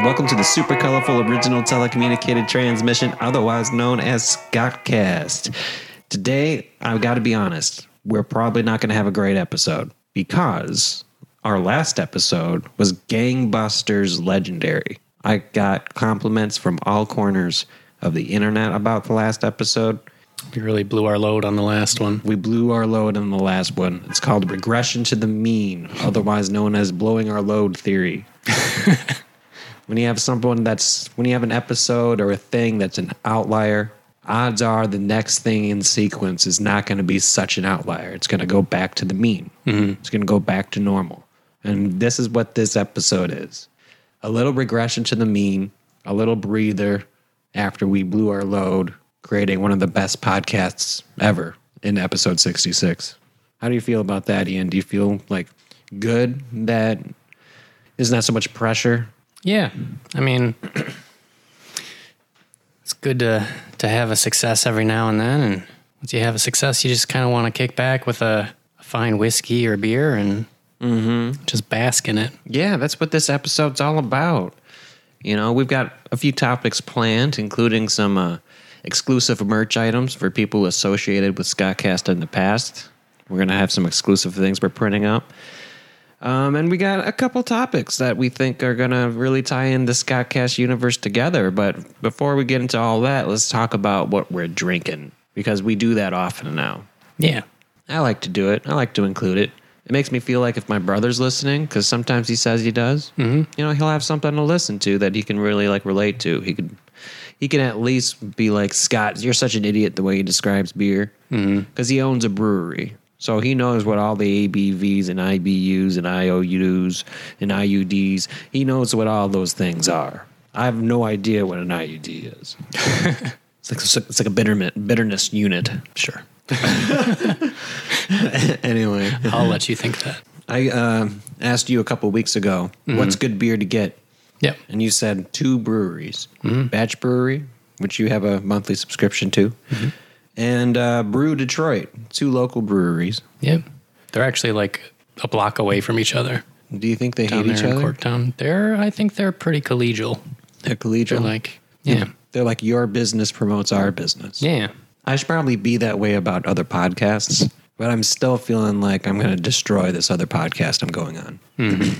welcome to the super colorful original telecommunicated transmission, otherwise known as Scottcast. Today, I've got to be honest, we're probably not going to have a great episode because our last episode was Gangbusters Legendary. I got compliments from all corners of the internet about the last episode. We really blew our load on the last one. We blew our load on the last one. It's called regression to the mean, otherwise known as blowing our load theory. when you have someone that's when you have an episode or a thing that's an outlier, odds are the next thing in sequence is not going to be such an outlier. It's going to go back to the mean. It's going to go back to normal. And this is what this episode is. A little regression to the mean, a little breather after we blew our load creating one of the best podcasts ever in episode 66. How do you feel about that, Ian? Do you feel like good that there's not so much pressure? Yeah. I mean, it's good to, to have a success every now and then. And once you have a success, you just kind of want to kick back with a, a fine whiskey or beer and just bask in it. Yeah, that's what this episode's all about. You know, we've got a few topics planned, including some uh, exclusive merch items for people associated with Scottcast in the past. We're going to have some exclusive things we're printing up. Um, and we got a couple topics that we think are going to really tie in the Scottcast universe together. But before we get into all that, let's talk about what we're drinking because we do that often now. Yeah. I like to do it. I like to include it. It makes me feel like if my brother's listening, because sometimes he says he does, mm-hmm. you know, he'll have something to listen to that he can really like relate to. He could, he can at least be like, Scott, you're such an idiot the way he describes beer, because he owns a brewery, so he knows what all the ABVs and IBUs and IOUs and IUDs. He knows what all those things are. I have no idea what an IUD is. it's like it's like a bitterness bitterness unit. Sure. anyway. I'll let you think that. I uh, asked you a couple weeks ago, Mm-hmm. what's good beer to get? Yep. And you said two breweries Mm-hmm. Batch Brewery, which you have a monthly subscription to, Mm-hmm. and uh, Brew Detroit, two local breweries. Yep. They're actually like a block away from each other Do you think they down hate there each in other? Corktown. They're, I think they're pretty collegial. They're collegial. They're like, yeah. They're like, your business promotes our business. Yeah. I should probably be that way about other podcasts, but I'm still feeling like I'm going to destroy this other podcast I'm going on. I'm Hmm.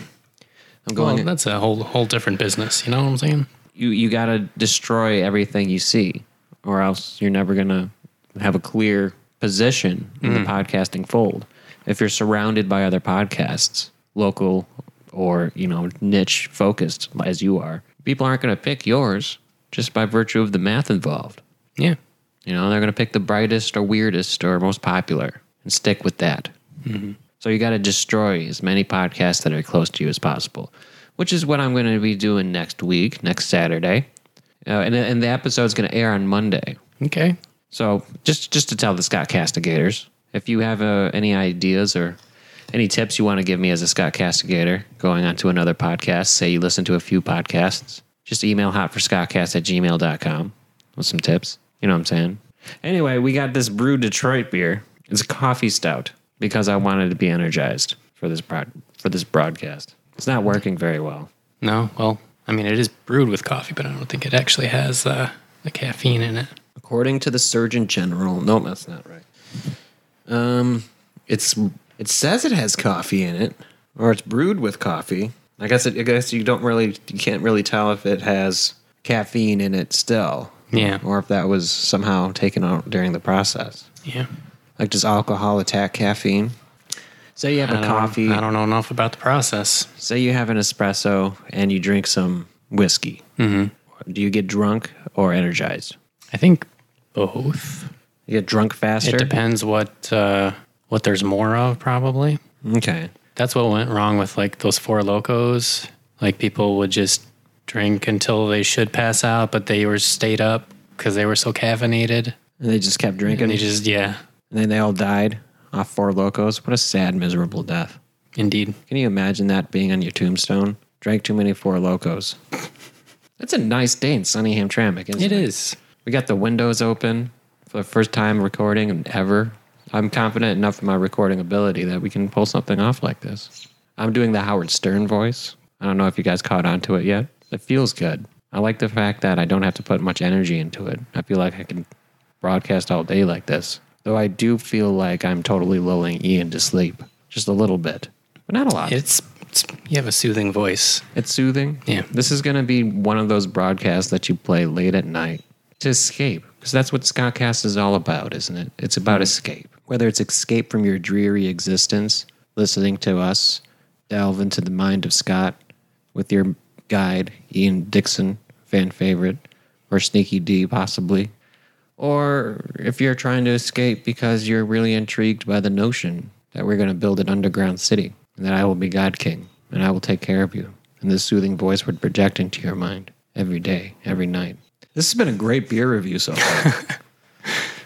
Well, going. that's a whole whole different business. You know what I'm saying? you you got to destroy everything you see or else you're never going to have a clear position in the podcasting fold if you're surrounded by other podcasts local or you know niche focused as you are people aren't going to pick yours just by virtue of the math involved Yeah. you know, they're going to pick the brightest or weirdest or most popular and stick with that. So you got to destroy as many podcasts that are close to you as possible, which is what I'm going to be doing next week, next Saturday. Uh, and, and the episode's going to air on Monday. Okay. So just just to tell the Scott Castigators, if you have uh, any ideas or any tips you want to give me as a Scott Castigator going on to another podcast, say you listen to a few podcasts, just email hotforscottcast at gmail.com with some tips. You know what I'm saying? Anyway, we got this Brew Detroit beer. It's a coffee stout because I wanted to be energized for this broad, for this broadcast. It's not working very well. No. Well, I mean, it is brewed with coffee, but I don't think it actually has uh, the caffeine in it. According to the Surgeon General, no, that's not right. Um, it's it says it has coffee in it, or it's brewed with coffee. I guess it, I guess you don't really you can't really tell if it has caffeine in it still, Yeah. or if that was somehow taken out during the process. Yeah. Like does alcohol attack caffeine? Say you have I a don't- coffee. I don't know enough about the process. Say you have an espresso and you drink some whiskey. Mm-hmm. Do you get drunk or energized? I think both. You get drunk faster. It depends what uh, what there's more of, probably. Okay. That's what went wrong with like those four locos. Like people would just drink until they should pass out, but they were stayed up because they were so caffeinated. And they just kept drinking. And they just, yeah, And then they all died off four locos. What a sad, miserable death. indeed. Can you imagine that being on your tombstone? Drank too many four locos. That's a nice day in sunny Hamtramck, isn't it? It is. We got the windows open for the first time recording ever. I'm confident enough in my recording ability that we can pull something off like this. I'm doing the Howard Stern voice. I don't know if you guys caught on to it yet. It feels good. I like the fact that I don't have to put much energy into it. I feel like I can broadcast all day like this. Though I do feel like I'm totally lulling Ian to sleep, just a little bit, but not a lot. It's, it's you have a soothing voice. It's soothing. Yeah. This is going to be one of those broadcasts that you play late at night to escape, because that's what Scottcast is all about, isn't it? It's about escape. Whether it's escape from your dreary existence, listening to us delve into the mind of Scott with your guide, Ian Dixon, fan favorite, or Sneaky D, possibly. Or if you're trying to escape because you're really intrigued by the notion that we're going to build an underground city and that I will be God King and I will take care of you. And this soothing voice would project into your mind every day, every night. This has been a great beer review so far.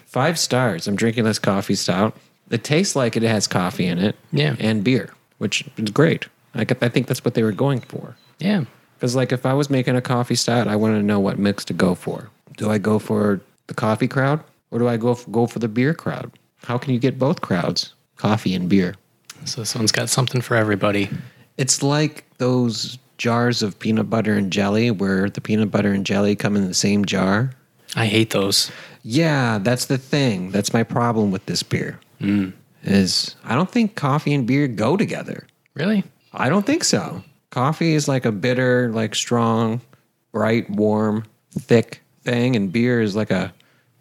Five stars. I'm drinking this coffee stout. It tastes like it has coffee in it Yeah. and beer, which is great. I, got- I think that's what they were going for. Yeah. Because like if I was making a coffee stout, I want to know what mix to go for. Do I go for the coffee crowd or do I go for, go for the beer crowd? How can you get both crowds, coffee and beer? So this one's got something for everybody. It's like those jars of peanut butter and jelly where the peanut butter and jelly come in the same jar. I hate those. Yeah, that's the thing. That's my problem with this beer. Is I don't think coffee and beer go together. Really? I don't think so. Coffee is like a bitter, like strong, bright, warm, thick thing, and beer is like a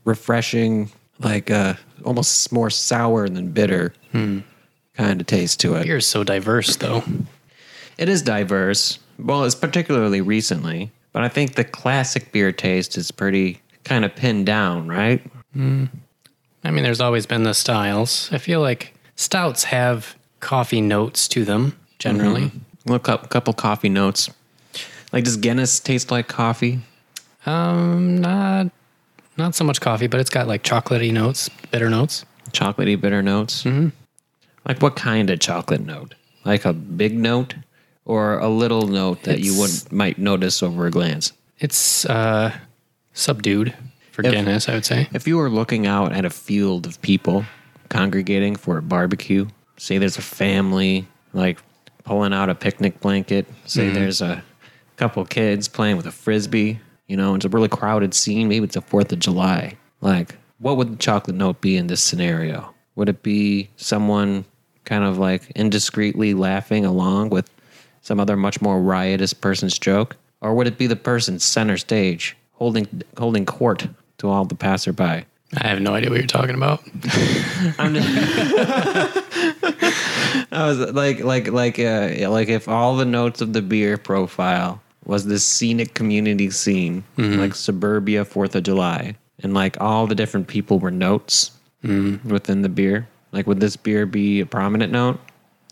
refreshing, like a almost more sour than bitter kind of taste to it. Beer is so diverse, though. It is diverse. Well, it's particularly recently, but I think the classic beer taste is pretty kind of pinned down, right? I mean, there's always been the styles. I feel like stouts have coffee notes to them generally. Look up a couple coffee notes. Like, does Guinness taste like coffee? Um, not not so much coffee, but it's got like chocolatey notes, bitter notes. chocolatey bitter notes. Mm-hmm. Like what kind of chocolate note? Like a big note or a little note that you would might notice over a glance? It's uh subdued for Guinness, I would say. If you were looking out at a field of people congregating for a barbecue, say there's a family like pulling out a picnic blanket, say there's a couple kids playing with a frisbee, you know, it's a really crowded scene. Maybe it's the 4th of July. Like, what would the chocolate note be in this scenario? Would it be someone kind of like indiscreetly laughing along with some other much more riotous person's joke? Or would it be the person center stage holding holding court to all the passerby? I have no idea what you're talking about. I'm just, I was like, like, like, uh, yeah, like if all the notes of the beer profile was this scenic community scene, like suburbia Fourth of July, and like all the different people were notes within the beer. Like, would this beer be a prominent note,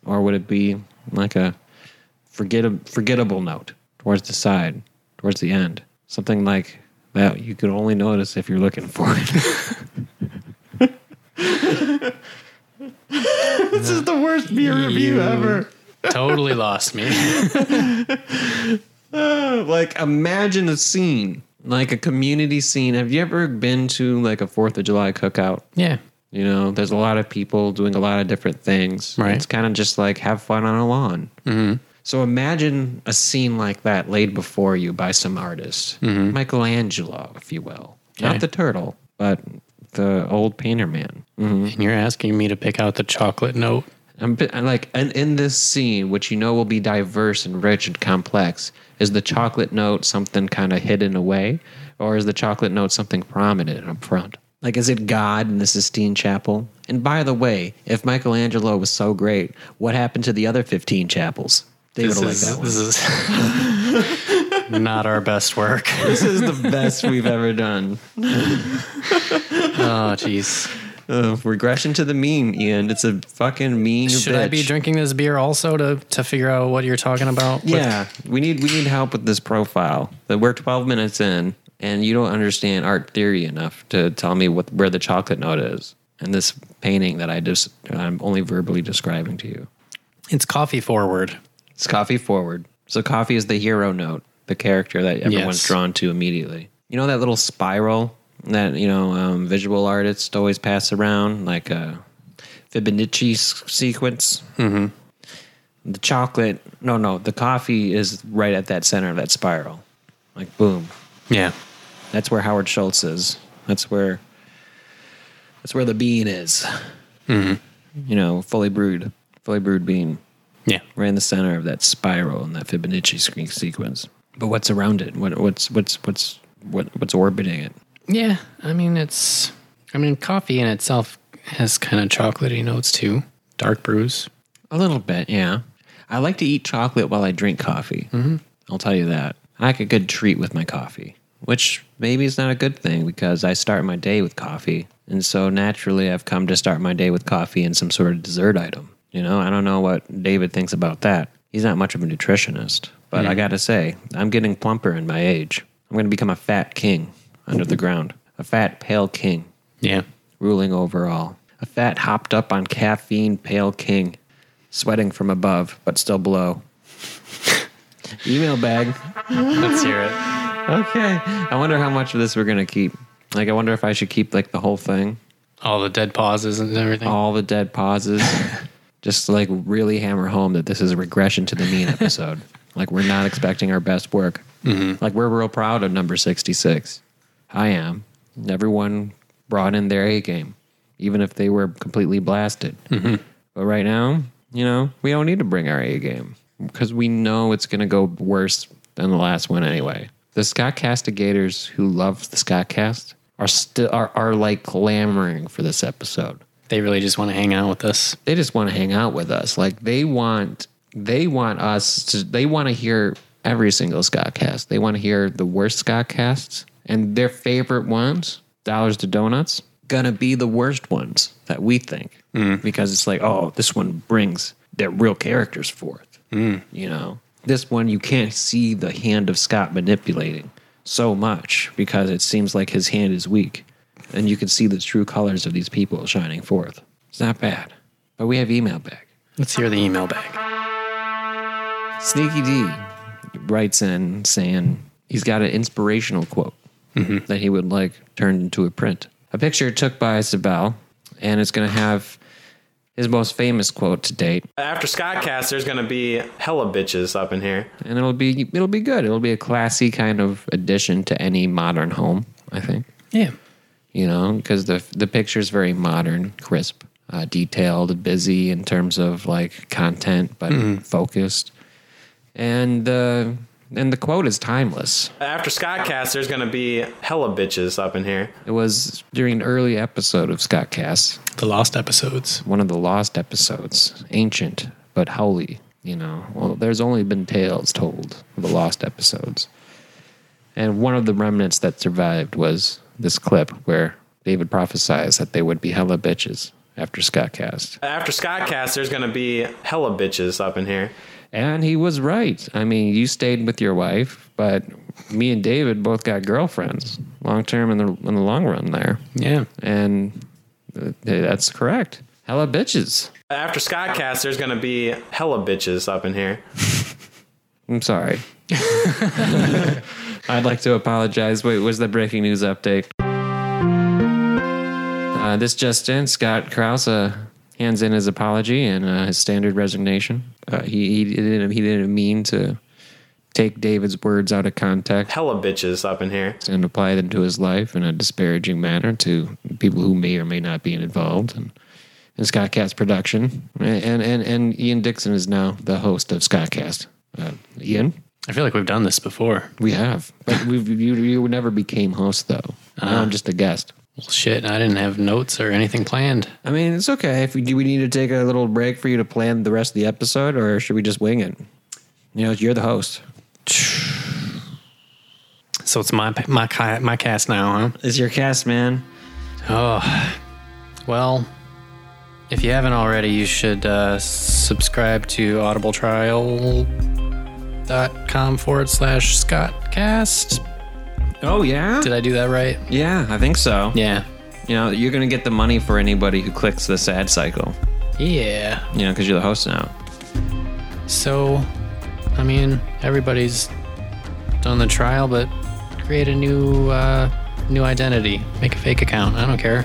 or would it be like a forget- forgettable note towards the side, towards the end, something like that you could only notice if you're looking for it. this is the worst beer review ever. totally lost me. like imagine a scene like a community scene have you ever been to like a fourth of july cookout Yeah. you know there's a lot of people doing a lot of different things Right. it's kind of just like have fun on a lawn mm-hmm. so imagine a scene like that laid before you by some artist michelangelo if you will Mm-hmm. Okay. not the turtle but the old painter man And you're asking me to pick out the chocolate note. I'm, bi- I'm like, and in this scene, which you know will be diverse and rich and complex, is the chocolate note something kind of hidden away, or is the chocolate note something prominent up front? Like, is it God in the Sistine Chapel? And by the way, if Michelangelo was so great, what happened to the other 15 chapels? They would This have liked is, that one. this is not our best work. This is the best we've ever done. Oh, jeez. Uh, regression to the mean, Ian. It's a fucking mean Should I be bitch. drinking this beer also to, to figure out what you're talking about? with- Yeah, we need we need help with this profile. That we're 12 minutes in, and you don't understand art theory enough to tell me what where the chocolate note is and this painting that I just I'm only verbally describing to you. It's coffee forward. It's coffee forward. So coffee is the hero note, the character that everyone's Yes. drawn to immediately. You know that little spiral that you know um, visual artists always pass around, like a Fibonacci s- sequence. Mm-hmm. The chocolate, no, no, the coffee is right at that center of that spiral. Like, boom. Yeah. That's where Howard Schultz is. That's where that's where the bean is. You know, fully brewed, fully brewed bean, Yeah. right in the center of that spiral and that Fibonacci screen sequence. But what's around it? What, what's what's what's what, what's orbiting it? Yeah. I mean, it's, I mean, coffee in itself has kind of chocolatey notes too. Dark brews. A little bit, yeah. I like to eat chocolate while I drink coffee. Mm-hmm. I'll tell you that. I like a good treat with my coffee, which maybe is not a good thing because I start my day with coffee. And so naturally, I've come to start my day with coffee and some sort of dessert item. You know, I don't know what David thinks about that. He's not much of a nutritionist, but I gotta say, I'm getting plumper in my age. I'm gonna become a fat king under the ground, a fat, pale king Yeah. ruling over all. A fat, hopped up on caffeine, pale king, sweating from above, but still below. Email bag. Let's hear it. Okay. I wonder how much of this we're gonna keep. Like, I wonder if I should keep like the whole thing, All the dead pauses and everything. all the dead pauses, just to, like really hammer home that this is a regression to the mean episode. like, we're not expecting our best work. Like, we're real proud of number sixty-six. I am. Everyone brought in their A game, even if they were completely blasted. But right now, you know, we don't need to bring our A game because we know it's going to go worse than the last one anyway. The Scott Castigators who love the Scott Cast are still are, are like clamoring for this episode. They really just want to hang out with us. They just want to hang out with us. Like they want they want us to they want to hear every single Scott Cast. They want to hear the worst Scott Casts and their favorite ones, Dollars to Donuts, gonna be the worst ones that we think. Because it's like, oh, this one brings their real characters forth. You know, this one you can't see the hand of Scott manipulating so much because it seems like his hand is weak, and you can see the true colors of these people shining forth. It's not bad, but we have email back. Let's hear the email back. Sneaky D writes in saying he's got an inspirational quote that he would like turned into a print. A picture took by Sabal, and it's going to have his most famous quote to date. After Scottcast, there's gonna be hella bitches up in here. and it'll be it'll be good. It'll be a classy kind of addition to any modern home, I think. Yeah. You know, because the the picture's very modern, crisp, uh, detailed, busy in terms of like content, but focused. And the and the quote is timeless. After Scottcast, there's gonna be hella bitches up in here. It was during an early episode of Scott Cass, The lost episodes. one of the lost episodes, ancient but holy. You know, well, there's only been tales told of the lost episodes, and one of the remnants that survived was this clip where David prophesies that they would be hella bitches after Scott cast, After Scottcast, there's gonna be hella bitches up in here. and he was right. I mean, you stayed with your wife, but me and David both got girlfriends, long term and the in the long run there, Yeah. and uh, that's correct. Hella bitches. After Scottcast, there's gonna be hella bitches up in here. I'm sorry. I'd like to apologize. Wait, was the breaking news update? Uh, this just in, Scott Krause uh, hands in his apology and uh, his standard resignation. Uh, he, he didn't he didn't mean to take David's words out of context Hella bitches up in here. and apply them to his life in a disparaging manner to people who may or may not be involved in, in Scott Cast production. And, and and Ian Dixon is now the host of Scott Cast. Uh, Ian. I feel like we've done this before. We have, but we've, you you never became host though. I'm just a guest. Well, shit, I didn't have notes or anything planned. I mean, it's okay. If we, do we need to take a little break for you to plan the rest of the episode, or should we just wing it? You know, you're the host. So it's my my ca- my cast now, It's your cast, man. huh? Oh, well, if you haven't already, you should uh, subscribe to audibletrial.com forward slash scottcast. Oh yeah, Did I do that right? yeah, I think so. Yeah. You know, you're gonna get the money for anybody who clicks this ad cycle. Yeah. You know, because you're the host now. So, I mean, everybody's done the trial, but create a new uh, new identity. Make a fake account. I don't care.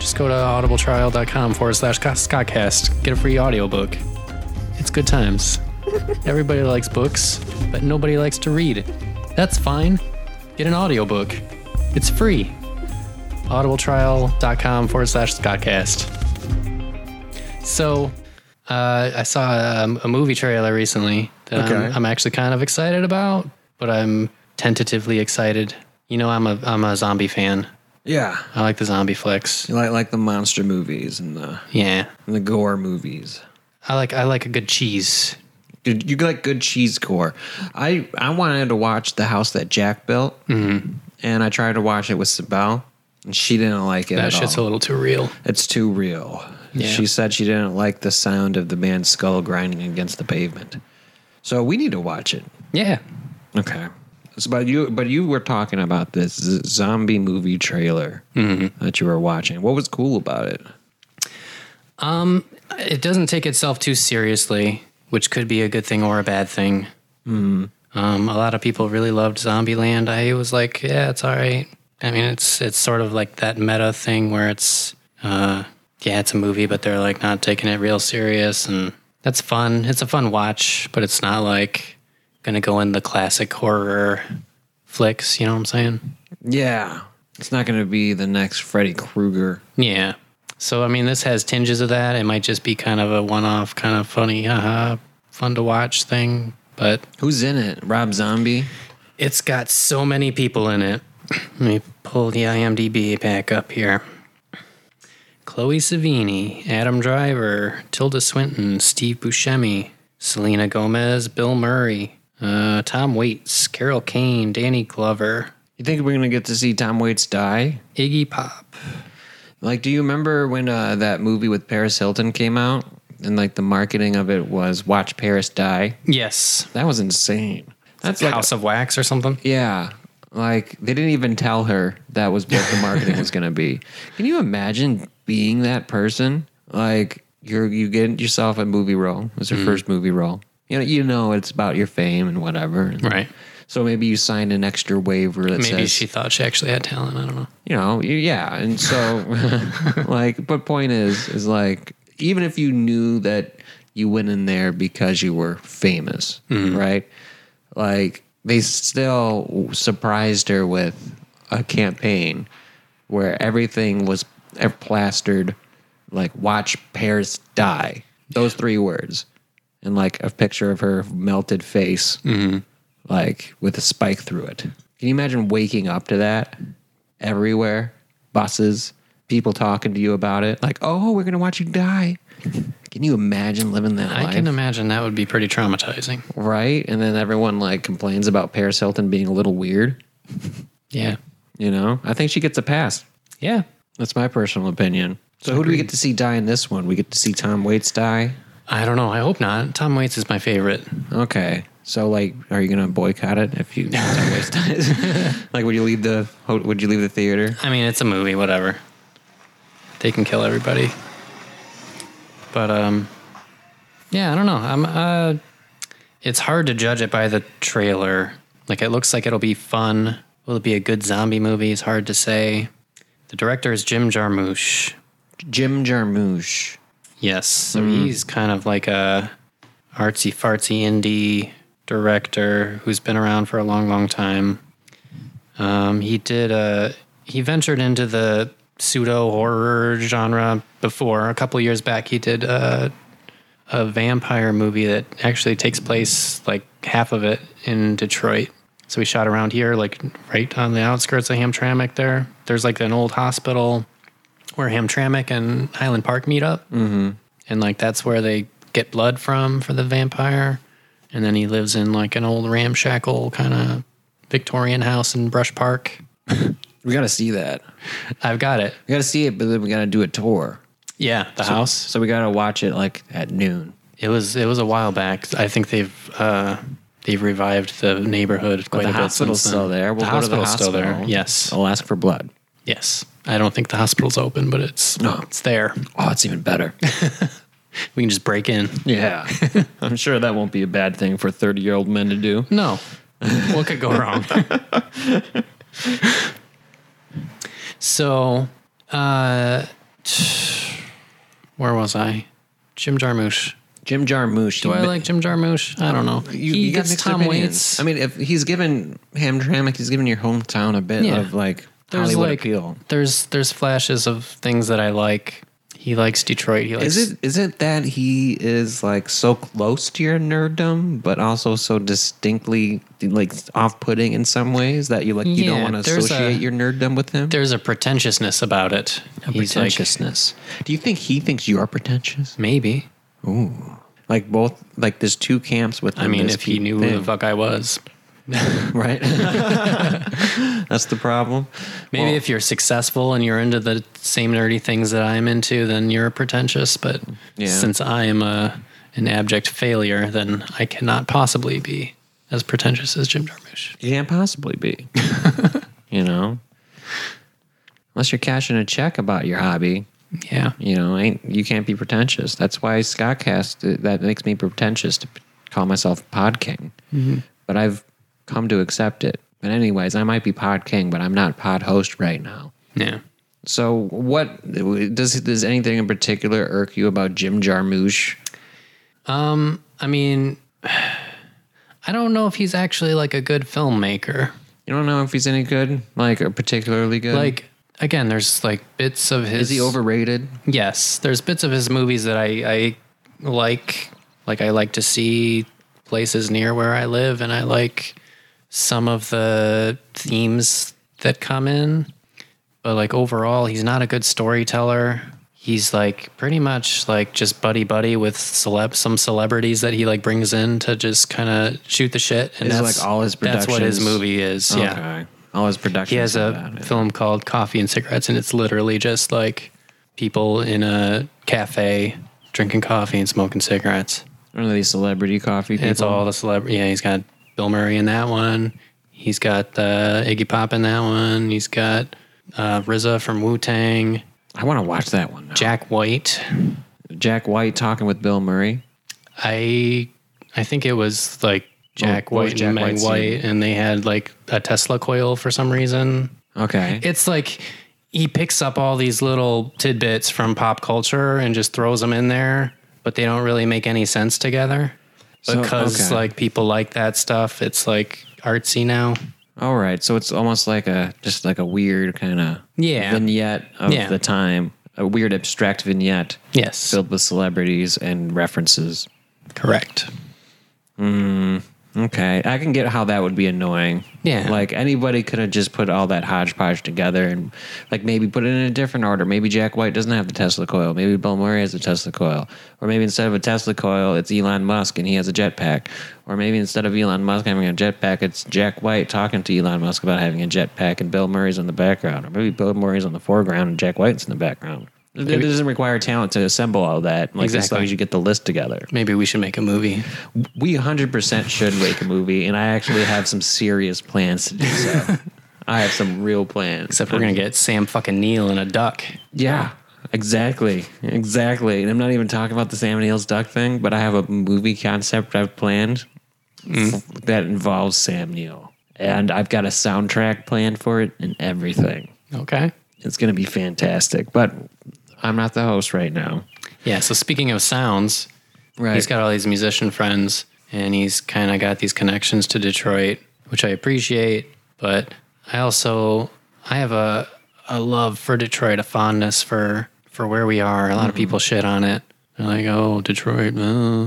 Just go to audibletrial.com forward slash Scottcast. Get a free audiobook. It's good times. Everybody likes books, but nobody likes to read. That's fine. Get an audiobook. It's free. audibletrial.com forward slash scottcast. So, uh, I saw um, a movie trailer recently that I'm, Okay. I'm actually kind of excited about, but I'm tentatively excited. You know, I'm a I'm a zombie fan. Yeah. I like the zombie flicks. You like like the monster movies and the Yeah, and the gore movies. I like I like a good cheese. You, you like good cheese gore. I I wanted to watch the house that Jack built, Mm-hmm. and I tried to watch it with Sibel, and she didn't like it. That at shit's all. a little too real. It's too real. Yeah. She said she didn't like the sound of the man's skull grinding against the pavement. So we need to watch it. Yeah, Okay. So, but you but you were talking about this z- zombie movie trailer that you were watching. What was cool about it? it doesn't take itself too seriously, which could be a good thing or a bad thing. Um, a lot of people really loved Zombieland. I was like, yeah, it's all right. I mean, it's it's sort of like that meta thing where it's, uh, yeah, it's a movie, but they're like not taking it real serious, and that's fun. It's a fun watch, but it's not like gonna go in the classic horror flicks. You know what I'm saying? Yeah. It's not going to be the next Freddy Krueger. Yeah. So I mean, this has tinges of that. It might just be kind of a one-off, kind of funny, haha, fun to watch thing. But Who's in it? Rob Zombie? it's got so many people in it. Let me pull the IMDb back up here. Chloe Savini, Adam Driver, Tilda Swinton, Steve Buscemi, Selena Gomez, Bill Murray, uh, Tom Waits, Carol Kane, Danny Glover, You think we're going to get to see Tom Waits die? Iggy Pop. Like, do you remember when uh, that movie with Paris Hilton came out? And like the marketing of it was watch Paris die. Yes, That was insane. That's like, House of Wax or something. yeah. Like they didn't even tell her that was what the marketing was going to be. Can you imagine being that person? Like you're you get yourself a movie role. It's your first movie role. You know, you know it's about your fame and whatever. and- Right. So maybe you signed an extra waiver that Maybe says, she thought she actually had talent. I don't know. you know, you- yeah. And so, like, but point is, is like, even if you knew that you went in there because you were famous, Mm-hmm. right? Like, they still surprised her with a campaign where everything was e, plastered, like, watch Paris die. Those three words. And like a picture of her melted face, Mm-hmm. like with a spike through it. Can you imagine waking up to that? everywhere, buses, people talking to you about it. Like, oh, we're gonna watch you die. Can you imagine living that I life? can imagine that would be pretty traumatizing. right? And then everyone like complains about Paris Hilton being a little weird. Yeah. You know, I think she gets a pass. Yeah. That's my personal opinion. So who do we get to see die in this one? We get to see Tom Waits die. I don't know. I hope not. Tom Waits is my favorite. Okay. So like, are you gonna boycott it if you Tom Waits dies? like, would you leave the ho- would you leave the theater? I mean, it's a movie, whatever. They can kill everybody. But um yeah, I don't know. I'm uh it's hard to judge it by the trailer. Like it looks like it'll be fun. Will it be a good zombie movie? It's hard to say. The director is Jim Jarmusch. Jim Jarmusch. Yes. So he's kind of like a artsy fartsy indie director who's been around for a long, long time. Um, he did a he ventured into the pseudo horror genre before. A couple years back, he did a, a vampire movie that actually takes place like half of it in Detroit. So we shot around here, like right on the outskirts of Hamtramck. There, there's like an old hospital where Hamtramck and Highland Park meet up, mm-hmm. and like that's where they get blood from for the vampire. And then he lives in like an old ramshackle kind of Victorian house in Brush Park. We gotta see that. I've got it. We gotta see it, but then we gotta do a tour. Yeah, the house. So we gotta watch it like at noon. It was it was a while back. I think they've uh, they've revived the neighborhood quite the a bit. hospital's since still then. there. We'll go to the hospital. Yes, I'll ask for blood. yes. I don't think the hospital's open, but it's No. it's there. Oh, it's even better. We can just break in. yeah. I'm sure that won't be a bad thing for 30 year old men to do. No. what could go wrong? so, uh, where was I? Jim Jarmusch. Jim Jarmusch. Do he I ma- Oh, like Jim Jarmusch? I don't know. you, he you got gets mixed Tom opinions. Waits. I mean, if he's given Hamtramck, he's given your hometown a bit Yeah. of like there's Hollywood like appeal. there's there's flashes of things that I like. He likes Detroit. He likes Is it is it that he is like so close to your nerddom, but also so distinctly like off-putting in some ways that you like you don't Yeah, want to there's associate a- your nerddom with him? There's a pretentiousness about it. A He's like, pretentiousness. Do you think he thinks you are pretentious? maybe. Like both, like there's two camps with. I mean, if he knew who the fuck I was. right? That's the problem. Maybe Well, if you're successful and you're into the same nerdy things that I'm into, then you're pretentious. But Yeah. since I am a an abject failure, then I cannot possibly be as pretentious as Jim Jarmusch. you can't possibly be, you know, unless you're cashing a check about your hobby. Yeah. You know, ain't you can't be pretentious. That's why Scottcast that makes me pretentious to p- call myself Pod King, Mm-hmm. but I've come to accept it. But anyways, I might be Pod King, but I'm not Pod Host right now. Yeah. So, what does does anything in particular irk you about Jim Jarmusch? Um, I mean, I don't know if he's actually like a good filmmaker. You don't know if he's any good, like or particularly good. Like again, there's like bits of his is he overrated? Yes, there's bits of his movies that I, I like. Like I like to see places near where I live, and I like some of the themes that come in. But like overall, he's not a good storyteller. He's like pretty much like just buddy buddy with celeb some celebrities that he like brings in to just kind of shoot the shit. And Is it, that's like, all his That's what his productions? movie is. Yeah. Okay. All his production. He has a film called Coffee and Cigarettes, and it's literally just like people in a cafe drinking coffee and smoking cigarettes. One of these celebrity coffee people. And it's all the celebrity. Yeah, he's got Bill Murray in that one. He's got uh, Iggy Pop in that one. He's got uh, RZA from Wu Tang. I want to watch that one. Now. Jack, Jack White. White talking with Bill Murray. I I think it was like Jack what was White Jack and Meg White's White, and they had like a Tesla coil for some reason. Okay. it's like he picks up all these little tidbits from pop culture and just throws them in there, but they don't really make any sense together So, because okay. like people like that stuff. It's like artsy now. all right. So it's almost like a just like a weird kind of Yeah. vignette of Yeah. the time. A weird abstract vignette Yes, filled with celebrities and references. correct. Okay, I can get how that would be annoying. Yeah. like anybody could have just put all that hodgepodge together and, like, maybe put it in a different order. Maybe Jack White doesn't have the Tesla coil. Maybe Bill Murray has the Tesla coil. Or maybe instead of a Tesla coil, it's Elon Musk and he has a jetpack. Or maybe instead of Elon Musk having a jetpack, it's Jack White talking to Elon Musk about having a jetpack and Bill Murray's in the background. Or maybe Bill Murray's on the foreground and Jack White's in the background. It- It doesn't require talent to assemble all that. Like as Exactly. long as you get the list together Maybe we should make a movie. we 100% should make a movie and i actually have some serious plans to do so i have some real plans Except we're gonna get Sam fucking Neil and a duck. yeah exactly exactly and i'm not even talking about the sam and Neill's duck thing but i have a movie concept i've planned Mm. that involves sam Neill. and i've got a soundtrack planned for it and everything Okay. it's going to be fantastic but i'm not the host right now Yeah. So speaking of sounds, right He's got all these musician friends and he's kind of got these connections to Detroit, which I appreciate, but I also I have a a love for Detroit, a fondness for for where we are. A lot of people shit on it. They're like, "Oh, Detroit." uh."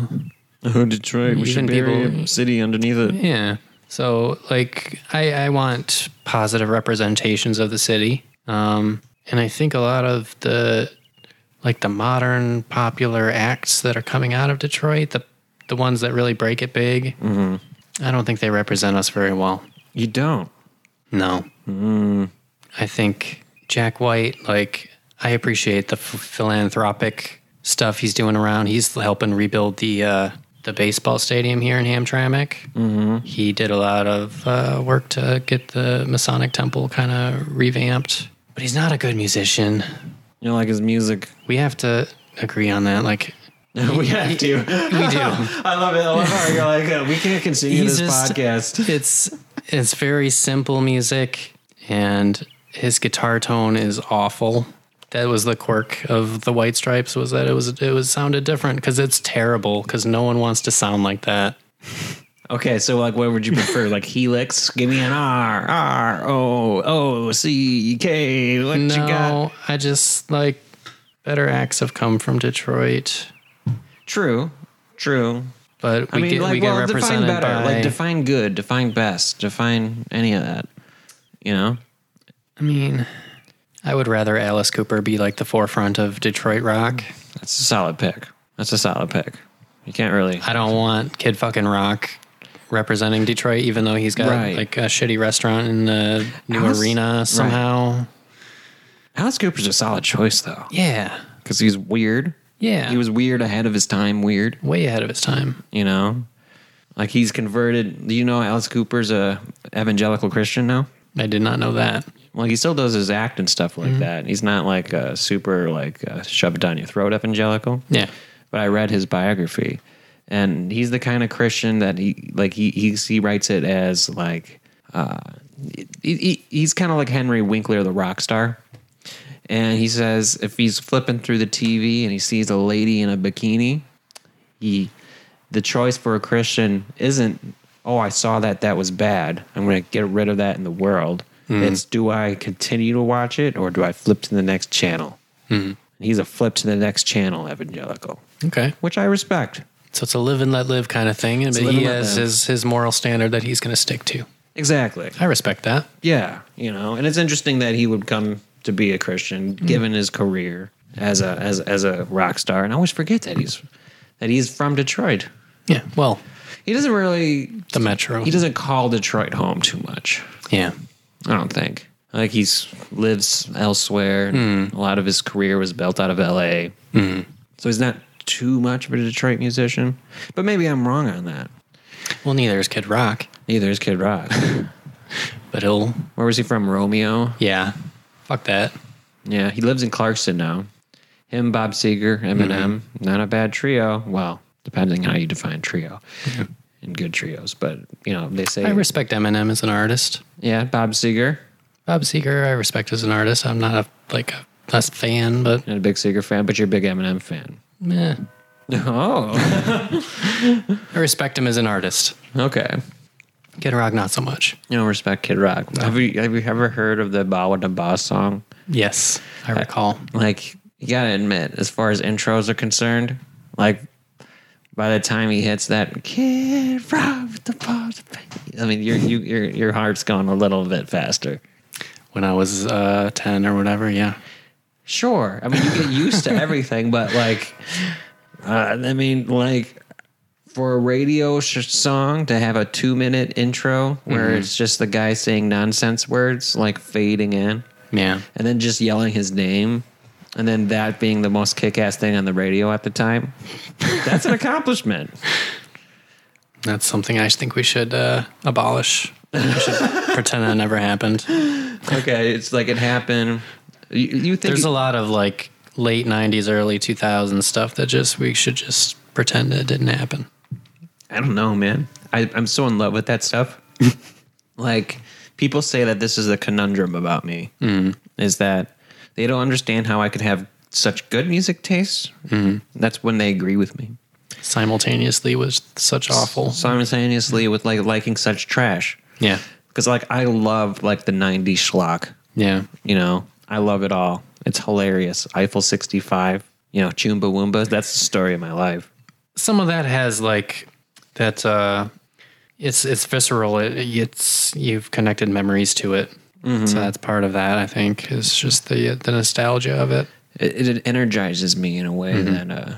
oh detroit we Even people- a city underneath it Yeah. So, like I I want positive representations of the city. Um and I think a lot of the like the modern popular acts that are coming out of Detroit, the the ones that really break it big, I don't think they represent us very well. you don't No, I think Jack White. Like I appreciate the f- philanthropic stuff he's doing around. He's helping rebuild the uh, the baseball stadium here in Hamtramck. Mm-hmm. He did a lot of uh, work to get the Masonic Temple kind of revamped. But he's not a good musician. you know like his music We have to agree on that. Like we have to. we do. I love it. Oh, I love how you're like, uh, we can't continue He's this just- podcast. it's it's very simple music and his guitar tone is awful that was the quirk of the White Stripes was that it was it was sounded different because it's terrible because no one wants to sound like that. Okay, so like, what would you prefer? like Helix? Give me an R R O O C K. What you got? No, I just like better acts have come from Detroit, True, true. but we I mean, get like, we get well, define represented better. by. Like, define good. Define best. Define any of that. You know. I mean, I would rather Alice Cooper be like the forefront of Detroit rock. That's a solid pick. That's a solid pick. You can't really. I don't want Kid Fucking Rock representing Detroit, even though he's got Right. like a shitty restaurant in the new Alice- arena right. somehow. Alice Cooper's a solid choice though, Yeah, because he's weird. yeah, He was weird ahead of his time. Weird, way ahead of his time. you know. Like he's converted. Do you know Alice Cooper's a evangelical Christian now? I did not know that. Like he still does his act and stuff like that. He's not like a super like uh shove it down your throat evangelical. Yeah, but I read his biography, and he's the kind of Christian that he like he he, he writes it as like uh, he, he, he's kind of like Henry Winkler, the rock star. And he says if he's flipping through the TV and he sees a lady in a bikini, he the choice for a Christian isn't oh I saw that that was bad I'm going to get rid of that in the world. Mm-hmm. It's do I continue to watch it or do I flip to the next channel? Mm-hmm. He's a flip to the next channel evangelical, okay. which I respect. So it's a live and let live kind of thing, but live and he let has live. his his moral standard that he's going to stick to. Exactly. I respect that. Yeah, you know, and it's interesting that he would come to be a Christian Mm-hmm. given his career as a as as a rock star. And I always forget that he's that he's from Detroit. Yeah. Well, He doesn't really the metro. he doesn't call Detroit home too much. Yeah. I don't think. Like he's lives elsewhere. and A lot of his career was built out of L.A. So he's not too much of a Detroit musician. But maybe I'm wrong on that. Well, neither is Kid Rock, Neither is Kid Rock. but he'll. Where was he from? Romeo. Yeah. Fuck that. Yeah, he lives in Clarkson now. Him, Bob Seger, Eminem. Not a bad trio. Well, depending how you define trio. And good trios, but you know they say I respect Eminem as an artist. yeah, Bob Seger. Bob Seger, I respect as an artist. I'm not a like a, a fan, but Not a big Seger fan, but you're a big Eminem fan. eh, Oh, I respect him as an artist. okay. Kid Rock, not so much. You don't respect Kid Rock. Have you have you ever heard of the Bawa da Ba song? Yes, I recall. Like you gotta admit, as far as intros are concerned, like by the time he hits that Kid Rock with the Ba, I mean your you your your heart's going a little bit faster. When I was uh, ten or whatever. Yeah. Sure, I mean you get used to everything, but like, uh, I mean like. For a radio sh- song to have a two-minute intro where it's just the guy saying nonsense words, like fading in, Yeah. and then just yelling his name and then that being the most kick-ass thing on the radio at the time that's an accomplishment That's something I think we should uh, abolish. We should pretend that never happened. okay it's like it happened you, you think There's a lot of like late '90s, early 2000s stuff that just we should just pretend it didn't happen. i don't know man I, i'm so in love with that stuff like people say that this is the conundrum about me Mm-hmm. is that they don't understand how i could have such good music taste Mm-hmm. that's when they agree with me Simultaneously was such awful. simultaneously with like liking such trash Yeah. because like i love like the 90s schlock Yeah. You know, I love it all. It's hilarious. Eiffel 65, you know, Chumba Wumba. That's the story of my life. some of that has like that uh it's it's visceral it, it's you've connected memories to it Mm-hmm. so that's part of that i think is just the the nostalgia of it It, it energizes me in a way Mm-hmm. that uh,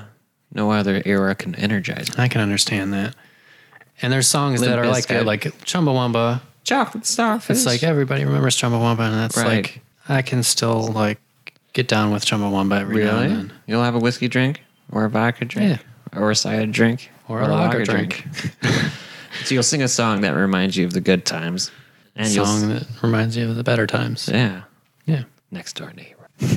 no other era can energize me. i can understand that and there's songs Limp that are like that Bizkit. like chumbawamba Chocolate starfish. it's like everybody remembers chumbawamba and that's Right. like i can still like get down with chumbawamba every now and really? then You'll have a whiskey drink or a vodka drink or a cider drink or, a lager drink, so you'll sing a song that reminds you of the good times. And you'll song s- that reminds you of the better times yeah, yeah next door neighbor.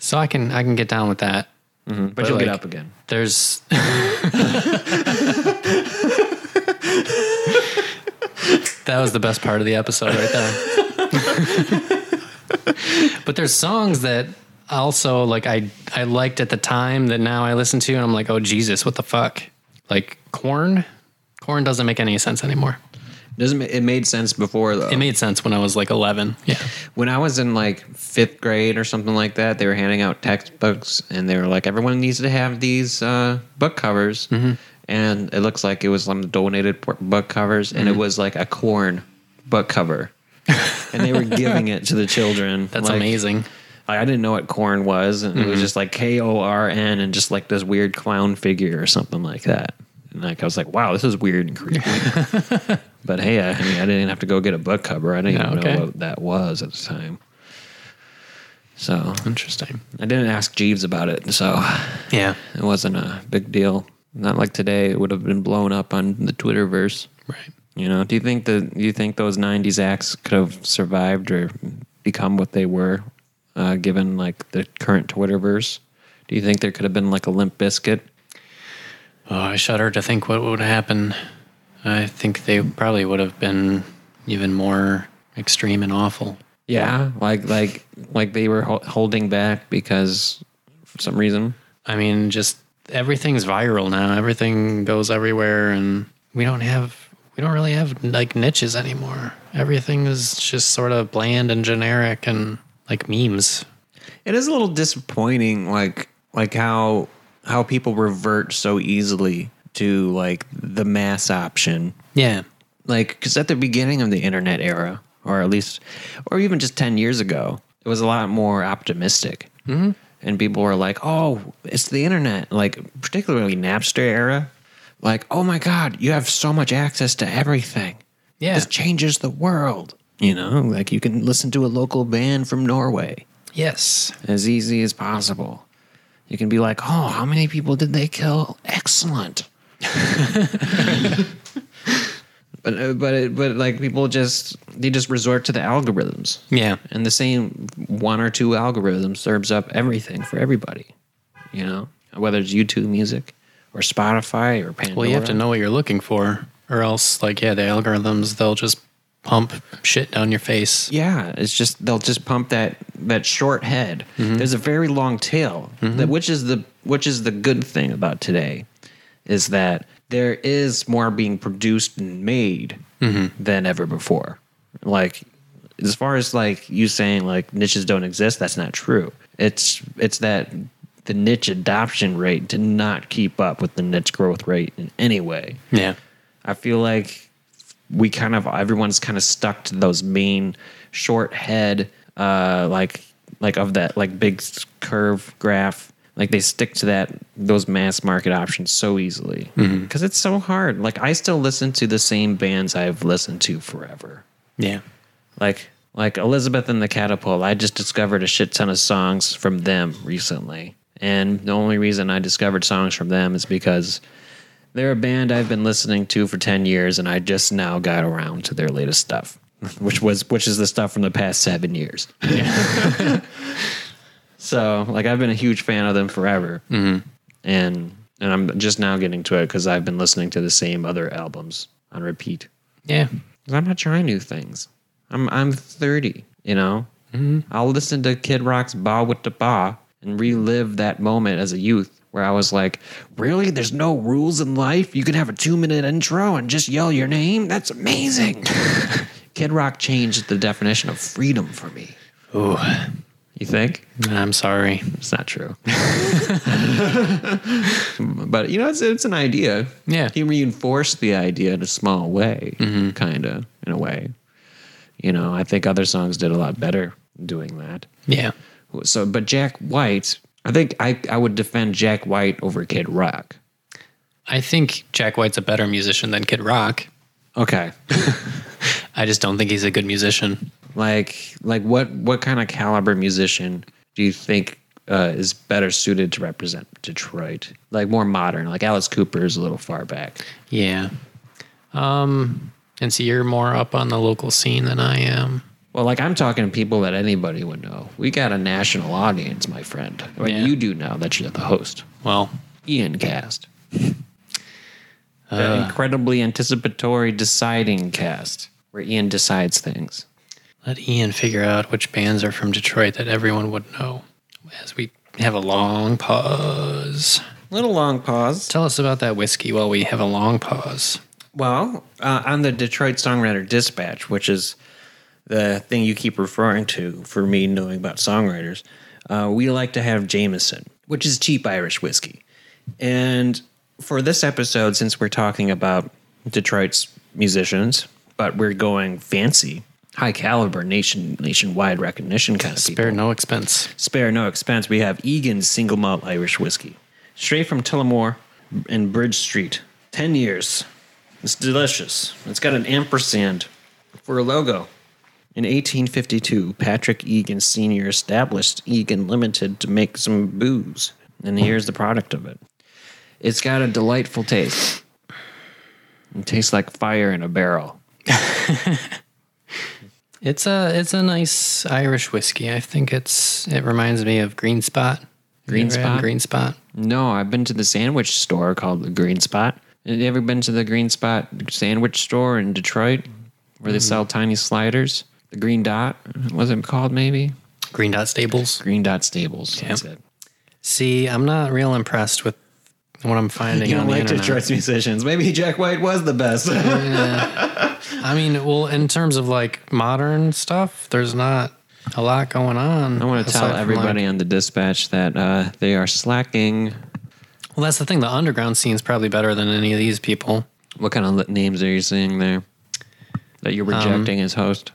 so i can i can get down with that But, you'll get like- up again. there's that was the best part of the episode right there but there's songs that also like I I liked at the time that now I listen to and I'm like, oh Jesus, what the fuck? Like corn, corn doesn't make any sense anymore. Doesn't ma- it made sense before though? It made sense when I was like 11. Oh. Yeah, when I was in like fifth grade or something like that, they were handing out textbooks and they were like, everyone needs to have these uh, book covers. Mm-hmm. And it looks like it was some donated por- book covers and it Mm-hmm. was like a corn book cover. and they were giving it to the children. that's Like, amazing. I I didn't know what corn was. And it was just like K O R N and just like this weird clown figure or something like that. And like I was like, wow, this is weird and creepy. but hey, I, I mean, I didn't have to go get a book cover. I didn't Yeah, even okay. know what that was at the time. So Interesting. I didn't ask Jeeves about it, so Yeah, it wasn't a big deal. Not like today; it would have been blown up on the Twitterverse. right. You know? Do you think that you think those '90s acts could have survived or become what they were, uh, given like the current Twitterverse? Do you think there could have been like a Limp Biscuit? Oh, I shudder to think what would happen. I think they probably would have been even more extreme and awful. Yeah, like like like they were hol- holding back because for some reason. I mean, just everything's viral now. Everything goes everywhere, and we don't have we don't really have like niches anymore. Everything is just sort of bland and generic and like memes. It is a little disappointing, like like how how people revert so easily to like the mass option, Yeah, like because at the beginning of the internet era, or at least, or even just ten years ago, it was a lot more optimistic, mm-hmm. and people were like, "Oh, it's the internet!" Like particularly Napster era, like, "Oh my God, you have so much access to everything." yeah, This changes the world. You know, like you can listen to a local band from Norway yes, as easy as possible. You can be like, oh, how many people did they kill? Excellent. but uh, but it, but like people just they just resort to the algorithms, yeah, and the same one or two algorithms serves up everything for everybody. You know, whether it's YouTube Music or Spotify or Pandora. Well, you have to know what you're looking for, or else, like, yeah, the algorithms they'll just pump shit down your face. Yeah, it's just they'll just pump that that short head. There's a very long tail. That which is the which is the good thing about today is that there is more being produced and made than ever before. Like as far as like you saying like niches don't exist, that's not true. It's it's that the niche adoption rate did not keep up with the niche growth rate in any way. Yeah, I feel like we kind of everyone's kind of stuck to those main short head, uh, like like of that like big s- curve graph. Like they stick to that those mass market options so easily because it's so hard. Like I still listen to the same bands I've listened to forever. yeah, Like like Elizabeth and the Catapult. I just discovered a shit ton of songs from them recently, and the only reason I discovered songs from them is because they're a band I've been listening to for 10 years, and I just now got around to their latest stuff, which was which is the stuff from the past seven years. so, like, I've been a huge fan of them forever, mm-hmm. and and I'm just now getting to it because I've been listening to the same other albums on repeat. yeah. 'Cause I'm not trying new things. I'm I'm 30. You know, mm-hmm. I'll listen to Kid Rock's "Ba with the Ba" and relive that moment as a youth where I was like, "Really? There's no rules in life. You can have a two minute intro and just yell your name. That's amazing." Kid Rock changed the definition of freedom for me. Ooh, You think? I'm sorry. It's not true. but you know, it's it's an idea. Yeah. he reinforced the idea in a small way, kind of in a way. You know, I think other songs did a lot better doing that. Yeah, So, but Jack White, I think I I would defend Jack White over Kid Rock. I think Jack White's a better musician than Kid Rock. Okay, I just don't think he's a good musician. like like what what kind of caliber musician do you think uh, is better suited to represent Detroit? Like more modern, like Alice Cooper is a little far back. Yeah. Um, and see, you're more up on the local scene than I am. Well, like I'm talking to people that anybody would know. We got a national audience, my friend. Or Yeah. you do now that you're the host. Well, Ian Cast. Uh, the incredibly anticipatory deciding cast where Ian decides things. let Ian figure out which bands are from Detroit that everyone would know. as we have a long pause. Little long pause. Tell us about that whiskey while we have a long pause. Well, uh, on the Detroit Songwriter Dispatch, which is the thing you keep referring to for me knowing about songwriters, uh, we like to have Jameson, which is cheap Irish whiskey. And for this episode, since we're talking about Detroit's musicians, but we're going fancy, high caliber, nation nationwide recognition kind of people Spare no expense. spare no expense, we have Egan's single malt Irish whiskey, straight from Tullamore and Bridge Street. Ten years. It's delicious. It's got an ampersand for a logo. In 1852, Patrick Egan Sr. established Egan Limited to make some booze, and here's the product of it. It's got a delightful taste. It tastes like fire in a barrel. It's a it's a nice Irish whiskey. I think it's it reminds me of Green Spot. Have you Green ever had Spot? Green Spot. No, I've been to the sandwich store called the Green Spot. Have you ever been to the Green Spot sandwich store in Detroit where they sell tiny sliders? The Green Dot, was it called maybe? Green Dot Stables. Green Dot Stables. That's it. See, I'm not real impressed with what I'm finding You on don't the like internet. Detroit's musicians. Maybe Jack White was the best. I mean, well, in terms of like modern stuff, there's not a lot going on. I want to aside tell from, everybody like- on the dispatch that uh, they are slacking. well, that's the thing. The underground scene's probably better than any of these people. What kind of li- names are you seeing there that you're rejecting as host?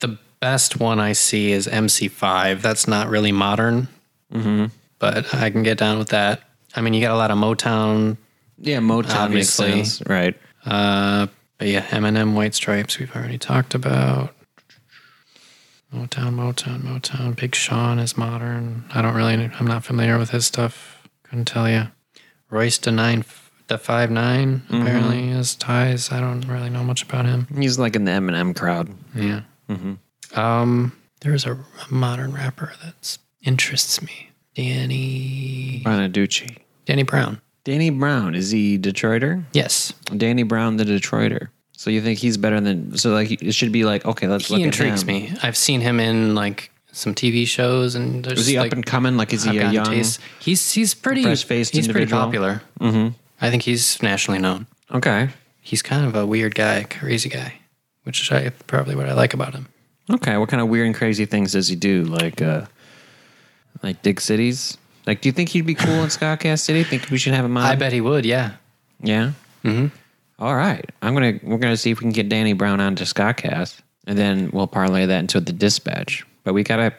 The best one I see is MC5. That's not really modern, but I can get down with that. I mean, you got a lot of Motown, Yeah, Motown makes Obviously. sense. Right. uh, but yeah, Eminem, White Stripes, we've already talked about. Motown, Motown, Motown. Big Sean is modern. I don't really, I'm not familiar with his stuff. Couldn't tell you. Royce the nine, the five nine apparently is ties. I don't really know much about him. He's like in the Eminem crowd. Yeah. Mm-hmm. Um, there's a, a modern rapper that interests me. Danny Bonaducci. Danny Brown. Danny Brown is he Detroiter? Yes, Danny Brown, the Detroiter. So you think he's better than? So like it should be like okay, let's look he intrigues at him. me. I've seen him in like some TV shows, and there's Is he up like, and coming? Like is he I've a gotten young? taste. He's he's pretty fresh-faced He's individual? pretty popular. Mm-hmm. I think he's nationally known. Okay, He's kind of a weird guy, crazy guy, which is I, probably what I like about him. okay. What kind of weird and crazy things does he do? Like uh, like dig cities. Like, do you think he'd be cool in Scottcast City? Think we should have him on? I bet he would. Yeah. Yeah. Mm-hmm. right. I'm gonna we're gonna see if we can get Danny Brown onto Scottcast, and then we'll parlay that into the Dispatch. But we gotta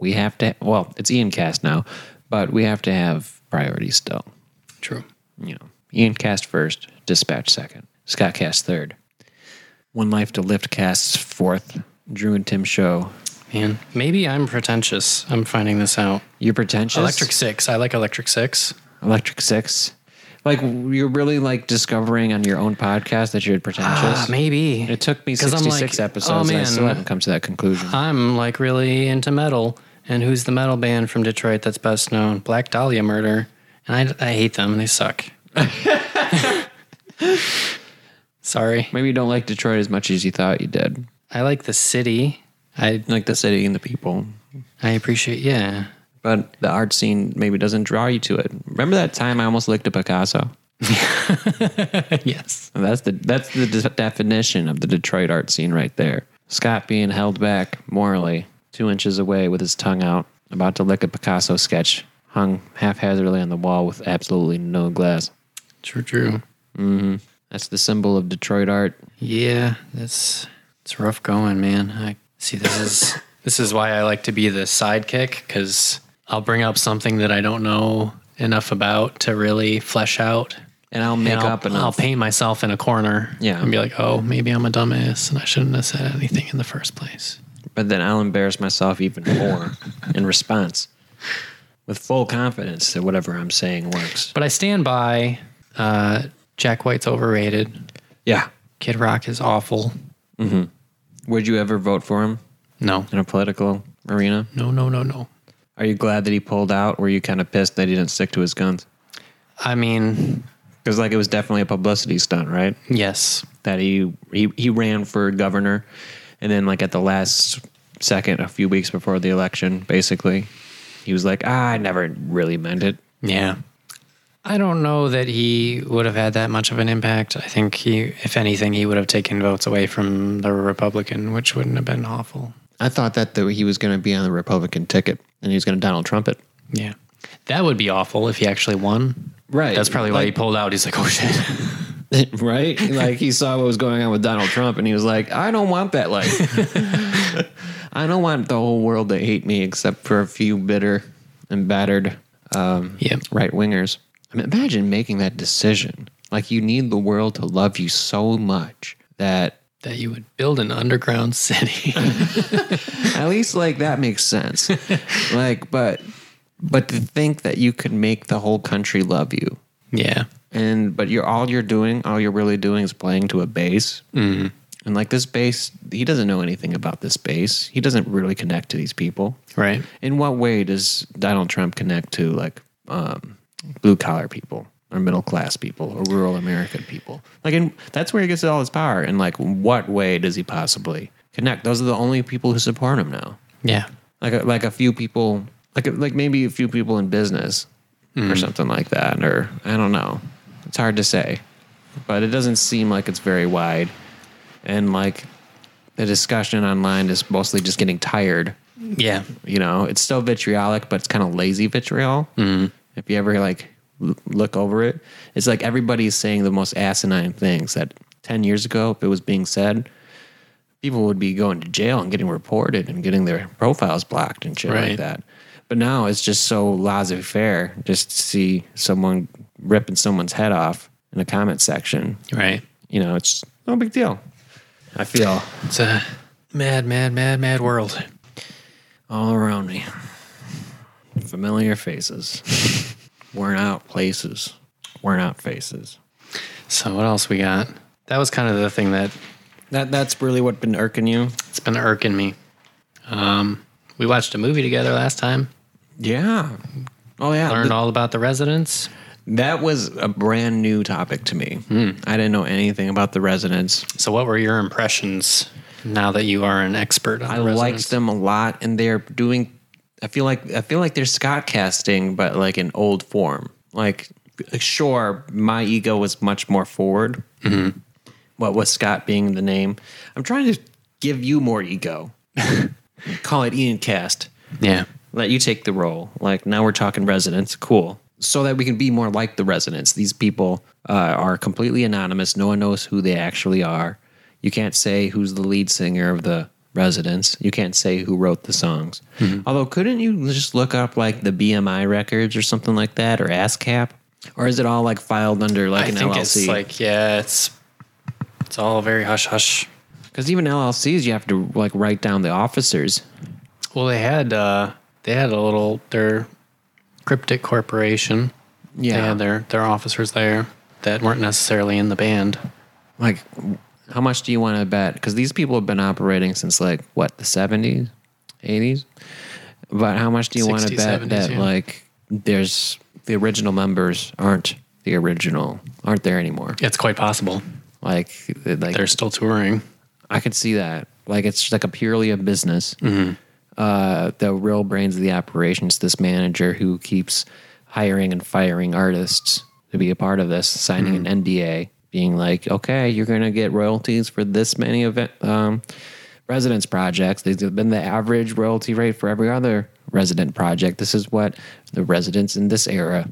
we have to. Well, it's Ian Cast now, but we have to have priority still. True. You know, Ian Cast first, Dispatch second, Scottcast third, One Life to Lift casts fourth, Drew and Tim show. Man, maybe I'm pretentious. I'm finding this out. You're pretentious. Electric Six. I like Electric Six. Electric Six. Like you're really like discovering on your own podcast that you're pretentious. Ah, maybe It took me 'Cause I'm 66 like, episodes, Oh and I man, still haven't come to that conclusion. I'm like really into metal. And who's the metal band from Detroit that's best known? Black Dahlia Murder. And I, I hate them. They suck. Sorry. Maybe you don't like Detroit as much as you thought you did. I like the city. I Like the city and the people, I appreciate. Yeah. but the art scene maybe doesn't draw you to it. Remember that time I almost licked a Picasso? yes. That's the that's the de- definition of the Detroit art scene right there. Scott being held back morally, two inches away with his tongue out, about to lick a Picasso sketch hung haphazardly on the wall with absolutely no glass. True. True. That's the symbol of Detroit art. Yeah. That's it's rough going, man. I see. This is this is why I like to be the sidekick because I'll bring up something that I don't know enough about to really flesh out And I'll make and I'll, up I'll enough. paint myself in a corner. Yeah. And be like, oh, maybe I'm a dumbass and I shouldn't have said anything in the first place. but then I'll embarrass myself even more in response with full confidence that whatever I'm saying works. But I stand by uh, Jack White's overrated. Yeah. Kid Rock is awful. Would you ever vote for him No. in a political arena? No, no, no, no. Are you glad that he pulled out? Were you kind of pissed that he didn't stick to his guns? I mean, Because like it was definitely a publicity stunt, right? yes. That he he he ran for governor, and then like at the last second, a few weeks before the election, basically He was like, ah, I never really meant it. Yeah. I don't know that he would have had that much of an impact. I think he, if anything, he would have taken votes away from the Republican, which wouldn't have been awful. I thought that the, he was going to be on the Republican ticket and he was going to Donald Trump it. Yeah. That would be awful if he actually won. Right. That's probably why he pulled out. He's like, oh shit. right? Like he saw what was going on with Donald Trump and he was like, I don't want that life. I don't want the whole world to hate me except for a few bitter and battered um, Yep. right wingers. I mean, imagine making that decision. Like you need the world to love you so much that that you would build an underground city. at least like that makes sense. like, but but to think that you could make the whole country love you yeah. and but you're all you're doing, all you're really doing is playing to a bass. Mm. And like this bass, he doesn't know anything about this bass. He doesn't really connect to these people. Right. In what way does Donald Trump connect to like um, blue collar people or middle class people or rural American people? Like, and that's where he gets all his power. And like, what way does he possibly connect? Those are the only people who support him now Yeah. like a, like a few people like a, like maybe a few people in business or something like that or I don't know. It's hard to say. But it doesn't seem like it's very wide and like the discussion online is mostly just getting tired, Yeah. you know. It's still vitriolic, but it's kind of lazy vitriol. Mm. If you ever like l- look over it, it's like everybody's saying the most asinine things that 10 years ago if it was being said people would be going to jail and getting reported and getting their profiles blocked and shit Right. like that. But now it's just so laissez faire just to see someone ripping someone's head off in the comment section. Right. You know, it's no big deal. I feel It's a mad, mad, mad, mad world. all around me familiar faces, worn out places, worn out faces. So what else we got? That was kind of the thing that That that's really what been irking you. it's been irking me. Um, we watched a movie together last time. Yeah. Oh yeah. Learned all about the residents. That was a brand new topic to me. Hmm. I didn't know anything about the residents. So what were your impressions now that you are an expert on I the liked residents? them a lot, and they're doing. I feel like I feel like they're Scott casting, but like in old form. Like, sure, my ego was much more forward. What was Scott being the name? I'm trying to give you more ego. Call it Ian Cast. Yeah. Let you take the role. Like now we're talking residents. Cool. So that we can be more like the residents. These people uh, are completely anonymous. No one knows who they actually are. You can't say who's the lead singer of the residents. You can't say who wrote the songs. Mm-hmm. Although, couldn't you just look up like the BMI records or something like that, or ASCAP, or is it all like filed under like I an think LLC? it's like yeah, it's it's all very hush hush. Because even LLCs, you have to like write down the officers. Well, they had uh, they had a little their cryptic corporation. they Yeah. had their their officers there that weren't necessarily in the band. Like, how much do you want to bet? Because these people have been operating since like what the seventies, eighties. But how much do you want to 60s, bet 70s, that yeah. like there's the original members aren't the original aren't there anymore? It's quite possible Like, like they're still touring. I could see that. Like it's like a purely a business. Uh, the real brains of the operations, this manager who keeps hiring and firing artists to be a part of this, signing an NDA, being like, okay, you're gonna get royalties for this many event um, residence projects. These have been the average royalty rate for every other resident project. This is what the residents in this era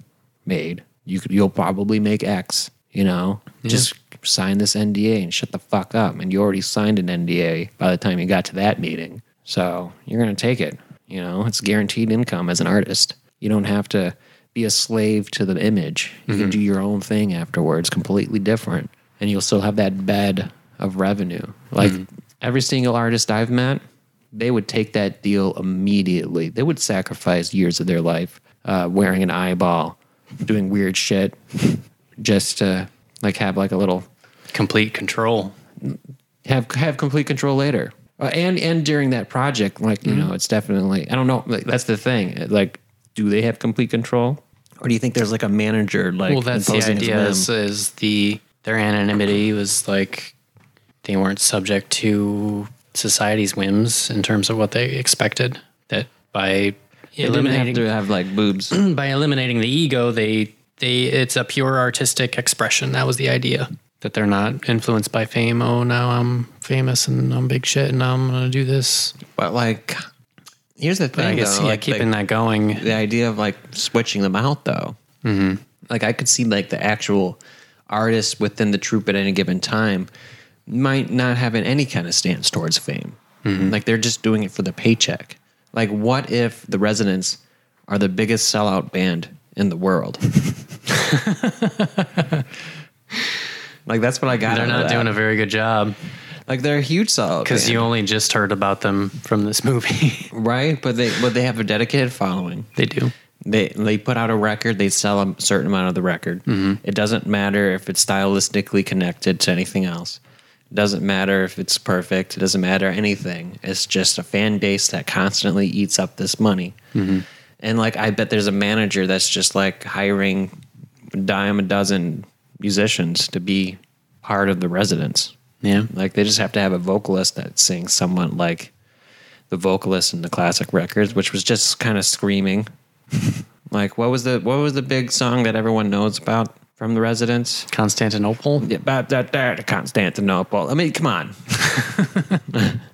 made. You could, you'll probably make X. You know, just sign this NDA and shut the fuck up. And you already signed an NDA by the time you got to that meeting, so you're gonna take it. You know, it's guaranteed income as an artist. You don't have to be a slave to the image. You can do your own thing afterwards, completely different, and you'll still have that bed of revenue. Like every single artist I've met, they would take that deal immediately. They would sacrifice years of their life uh, wearing an eyeball, doing weird shit, just to like have like a little Complete control. have have complete control later. Uh, and and during that project, like you know, it's definitely I don't know. Like, that's the thing. Like, do they have complete control, or do you think there's like a manager like Well, that's the imposing his idea. whim? Is, is the their anonymity was like they weren't subject to society's whims in terms of what they expected. That by They didn't have to have like boobs. by eliminating the ego, they they it's a pure artistic expression. That was the idea that they're not influenced by fame. Oh, now I'm famous and I'm big shit and I'm gonna do this. But like, here's the thing. But I guess though, yeah, like, keeping like, that going. the idea of like switching them out though. Mm-hmm. Like I could see like the actual artist within the troupe at any given time might not having any kind of stance towards fame. Mm-hmm. Like they're just doing it for the paycheck. Like what if the Residents are the biggest sellout band in the world? like that's what I got. They're out of not that. doing a very good job Like they're a huge sellout because band, you only just heard about them from this movie. right? But they but they have a dedicated following. they do. they they put out a record they sell a certain amount of the record it doesn't matter if it's stylistically connected to anything else it doesn't matter if it's perfect it doesn't matter anything it's just a fan base that constantly eats up this money and like i bet there's a manager that's just like hiring a dime a dozen musicians to be part of the residence Yeah. like they just have to have a vocalist that sings somewhat like the vocalist in the classic records, which was just kind of screaming. like what was the what was the big song that everyone knows about from the residents? Constantinople. Yeah, ba- da- da- da- Constantinople. I mean, come on.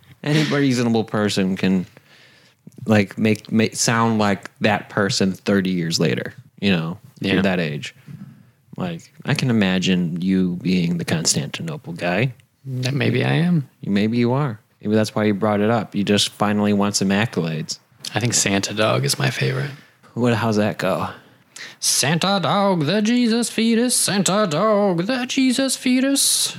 Any reasonable person can like make, make sound like that person 30 years later, you know, if Yeah. you're that age. Like I can imagine you being the Constantinople guy. That maybe I am. Maybe you are. Maybe that's why you brought it up. You just finally want some accolades. I think Santa Dog is my favorite. What? How's that go? Santa dog, the Jesus fetus. Santa dog, the Jesus fetus.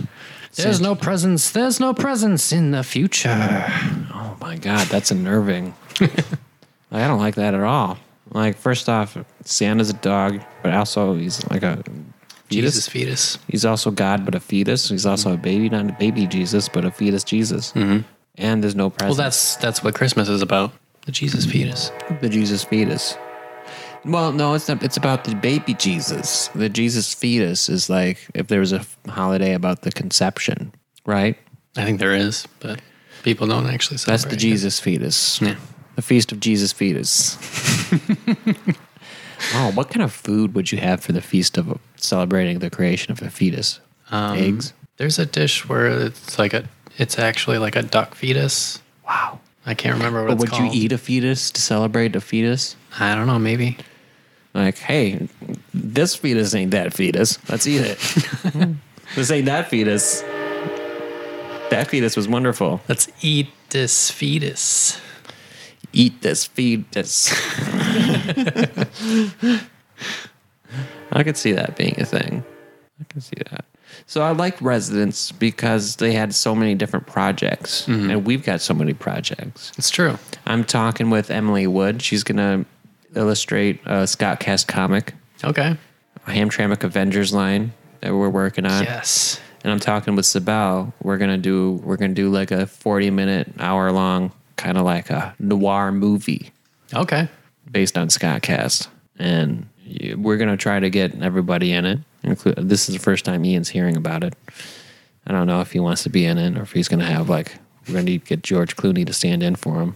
There's no presence. There's no presence in the future. Oh my God, that's unnerving. Like, I don't like that at all. Like, first off, Santa's a dog, but also he's like a fetus. Jesus fetus. He's also God, but a fetus. He's also a baby, not a baby Jesus, but a fetus Jesus. Mm-hmm. And there's no Well, presence. that's that's what Christmas is about. The Jesus fetus. the Jesus fetus. Well, no, it's not, it's about the baby Jesus. The Jesus fetus is like if there was a f- holiday about the conception, right? I think there is, but people don't actually celebrate. That's the it. Jesus fetus. Yeah. The feast of Jesus fetus. oh, what kind of food would you have for the feast of celebrating the creation of the fetus? Um, Eggs. There's a dish where it's like a. It's actually like a duck fetus. Wow. I can't remember what But it's would called. you eat a fetus to celebrate a fetus? I don't know. Maybe. Like, hey, this fetus ain't that fetus. Let's eat it. this ain't that fetus. That fetus was wonderful. Let's eat this fetus. Eat this fetus. I could see that being a thing. I can see that. So I like Residents because they had so many different projects, and we've got so many projects. It's true. I'm talking with Emily Wood. She's gonna illustrate a Scott Cast comic Okay. Hamtramck Avengers line that we're working on. Yes. And I'm talking with Sabal. We're gonna do we're gonna do like a 40 minute, hour long kind of like a noir movie Okay. based on Scott Cast. And you- we're gonna try to get everybody in it. Include this is the first time Ian's hearing about it. I don't know if he wants to be in it or if he's gonna have like we're gonna need to get George Clooney to stand in for him.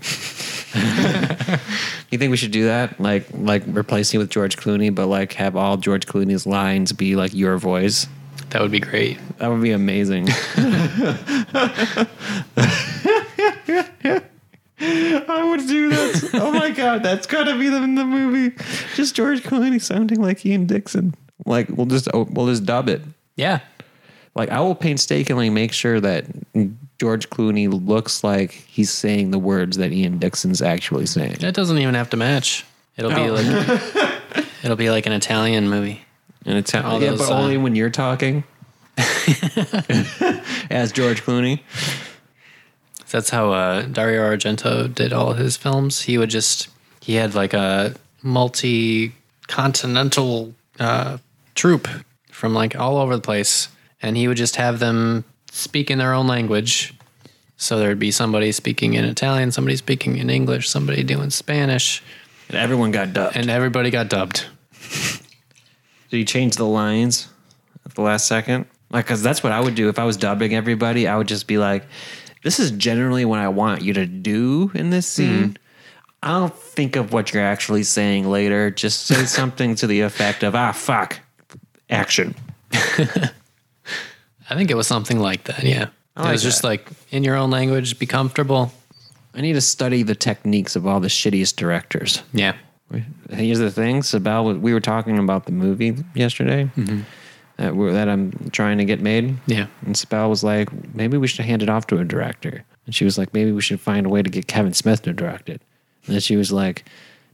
you think we should do that? Like like replace you with George Clooney, but like have all George Clooney's lines be like your voice. That would be great. That would be amazing. I would do that. Oh my god, that's gotta be the, in the movie. Just George Clooney sounding like Ian Dixon. Like we'll just oh, we'll just dub it. Yeah. Like I will painstakingly make sure that George Clooney looks like he's saying the words that Ian Dixon's actually saying. That doesn't even have to match. It'll be like it'll be like an Italian movie. And it's All Oh, yeah, those, but uh, only when you're talking. As George Clooney. That's how uh, Dario Argento did all his films. He would just he had like a multi-continental uh, troupe from like all over the place, and he would just have them speak in their own language. So there'd be somebody speaking in Italian, somebody speaking in English, somebody doing Spanish, And everyone got dubbed. and everybody got dubbed. Do you change the lines at the last second? Like, cause that's what I would do if I was dubbing everybody. I would just be like, "This is generally what I want you to do in this scene. I'll think of what you're actually saying later. Just say something to the effect of, ah, fuck, action. I think it was something like that. Yeah. it like was just like in your own language, be comfortable. I need to study the techniques of all the shittiest directors. Yeah. Here's the thing, Sabal. was- We were talking about the movie yesterday that, we're, that I'm trying to get made. Mm-hmm. Yeah. And Sabal was like, maybe we should hand it off to a director. And she was like, maybe we should find a way to get Kevin Smith to direct it. And then she was like,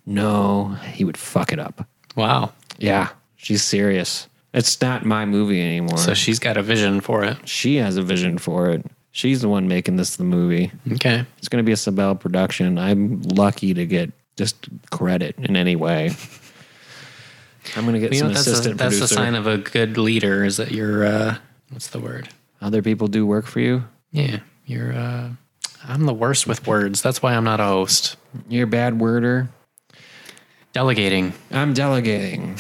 no, he would fuck it up. Wow. Yeah, she's serious. It's not my movie anymore. So she's got a vision for it. she has a vision for it. She's the one making this the movie. Okay. It's going to be a Sabel production. I'm lucky to get just credit in any way. I'm going to get You some know, that's, a, assistant that's a producer. sign of a good leader is that you're, uh, what's the word? Other people do work for you. Yeah. You're, uh, I'm the worst with words. That's why I'm not a host. You're a bad worder. Delegating. I'm delegating,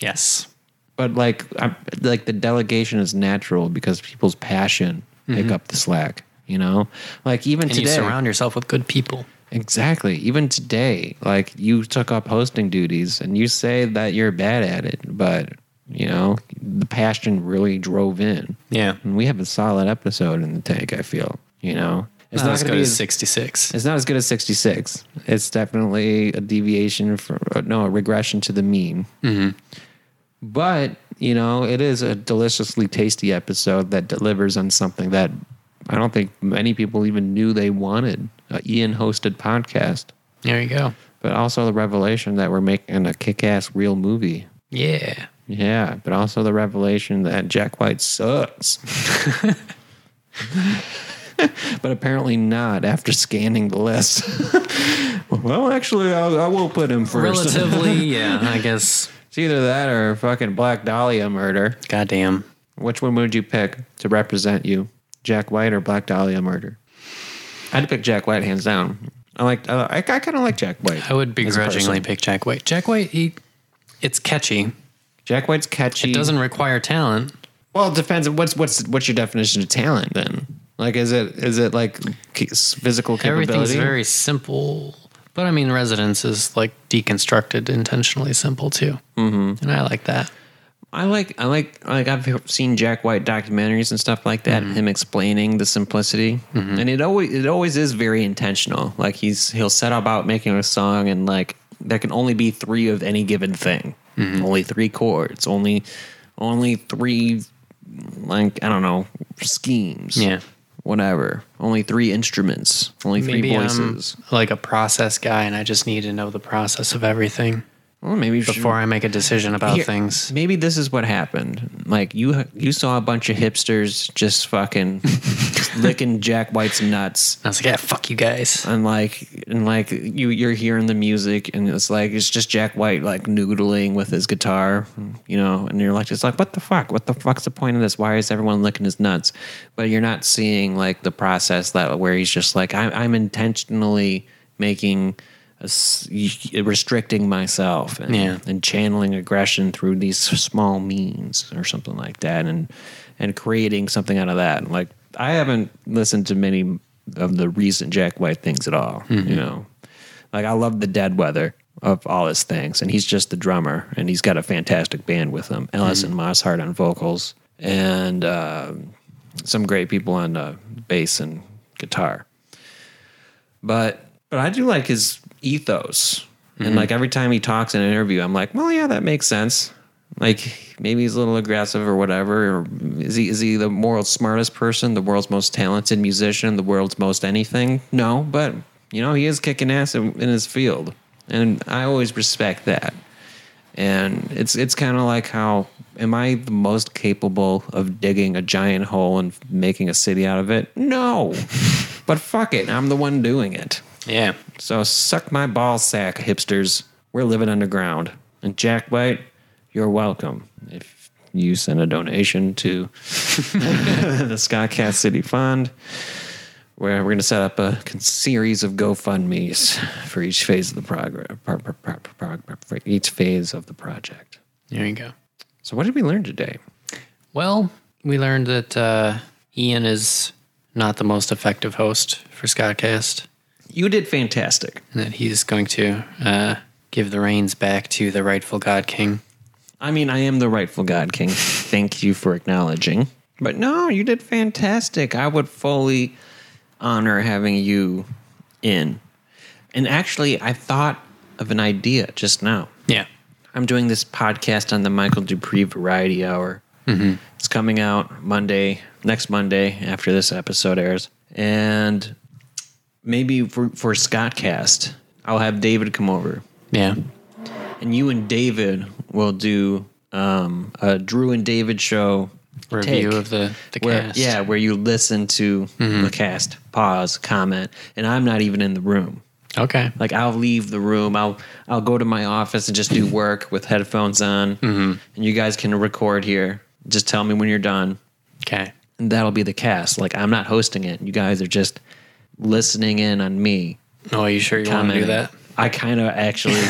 Yes. but like, I'm, like the delegation is natural because people's passion pick up the slack. You know, like even Mm-hmm. And today, you surround yourself with good people. Exactly. Even today, like you took up hosting duties and you say that you're bad at it, but you know, the passion really drove in. Yeah. And we have a solid episode in the tank, I feel, you know. It's Not not, as gonna good be as as, 66. it's not as good as 66. It's definitely a deviation from uh, no, a regression to the mean. Mm-hmm. But, you know, it is a deliciously tasty episode that delivers on something that I don't think many people even knew they wanted. A Ian hosted podcast There you go. but also the revelation that we're making a kick-ass real movie. Yeah. Yeah, but also the revelation that Jack White sucks. but apparently not after scanning the list. well, actually, I, I will put him first. Relatively, yeah, I guess. it's either that or fucking Black Dahlia murder. Goddamn. Which one would you pick to represent you, Jack White or Black Dahlia murder? I'd pick Jack White hands down. I like. I, I kind of like Jack White. I would as a person. begrudgingly pick Jack White. Jack White, he, it's catchy. Mm. Jack White's catchy. It doesn't require talent. Well, it depends. on What's what's what's your definition of talent then? Like, is it is it like c- s- physical capability? Everything's very simple. But I mean, Residence is like deconstructed intentionally simple too. Mm-hmm. And I like that. I like I like like I've seen Jack White documentaries and stuff like that. Mm-hmm. Him explaining the simplicity, and it always it always is very intentional. Like he's he'll set about making a song, and like there can only be three of any given thing. Mm-hmm. Only three chords. Only only three like I don't know schemes. Yeah. Whatever. Only three instruments. Only three Maybe um, I'm voices. like a process guy and I just need to know the process of everything Well, maybe you should- before I make a decision about Here, things. Maybe this is what happened. Like you, you saw a bunch of hipsters just fucking licking Jack White's nuts, I was like, yeah, fuck you guys. and like, and like you, you're hearing the music, and it's like it's just Jack White like noodling with his guitar, you know, and you're like, it's like what the fuck? What the fuck's the point of this? Why is everyone licking his nuts? But you're not seeing like the process that where he's just like, I'm, I'm intentionally making. a s- Restricting myself and Yeah. and channeling aggression through these small means or something like that and and creating something out of that like i haven't listened to many of the recent jack white things at all you know like i love the dead weather of all his things and he's just the drummer and he's got a fantastic band with him ellison mosshart on vocals and uh, some great people on uh, bass and guitar but but I do like his ethos. And like every time he talks in an interview, I'm like, well, yeah, that makes sense. Like maybe he's a little aggressive or whatever. Or is he is he the world's smartest person, the world's most talented musician, the world's most anything? No, but you know he is kicking ass in, in his field, and I always respect that. And it's it's kind of like how am I the most capable of digging a giant hole and making a city out of it? No, but fuck it, I'm the one doing it. Yeah. So suck my ball sack, hipsters. We're living underground. And Jack White, you're welcome. If you send a donation to the Scott Cat City Fund, where we're going to set up a con- series of GoFundMe's for each phase of the progr- pro- pro- pro- pro- pro- for each phase of the project. There you go. So what did we learn today? Well, we learned that uh, Ian is not the most effective host for Scottcast. You did fantastic. and that he's going to uh, give the reins back to the rightful God King. I mean, I am the rightful God King. Thank you for acknowledging. But no, you did fantastic. I would fully honor having you in. And actually, I thought of an idea just now. Yeah. I'm doing this podcast on the Michael Dupree Variety Hour. It's coming out Monday, next Monday after this episode airs. And maybe for, for Scottcast, I'll have David come over. Yeah. And you and David will do um, a Drew and David show Review take of the, the where, cast. Mm-hmm. Yeah, where you listen to the cast, pause, comment. And I'm not even in the room. Okay. Like I'll leave the room. I'll I'll go to my office and just do work with headphones on, Mm-hmm. and you guys can record here. Just tell me when you're done, Okay. and that'll be the cast. Like I'm not hosting it. You guys are just listening in on me. Oh, are you sure you want to do commenting. that? I kind of actually.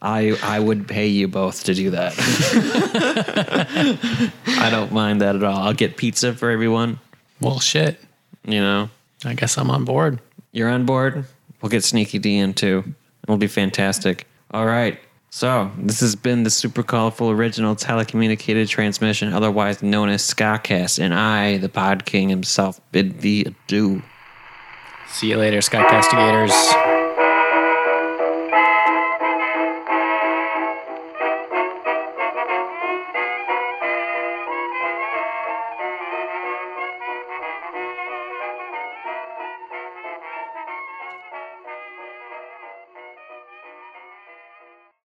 I I would pay you both to do that. I don't mind that at all. I'll get pizza for everyone. Well, shit. You know, I guess I'm on board. You're on board. We'll get Sneaky D in too. It'll be fantastic. All right. So this has been the super colorful original telecommunicated transmission, otherwise known as Skycast, and I, the Pod King himself, bid thee adieu. See you later, Skycastigators.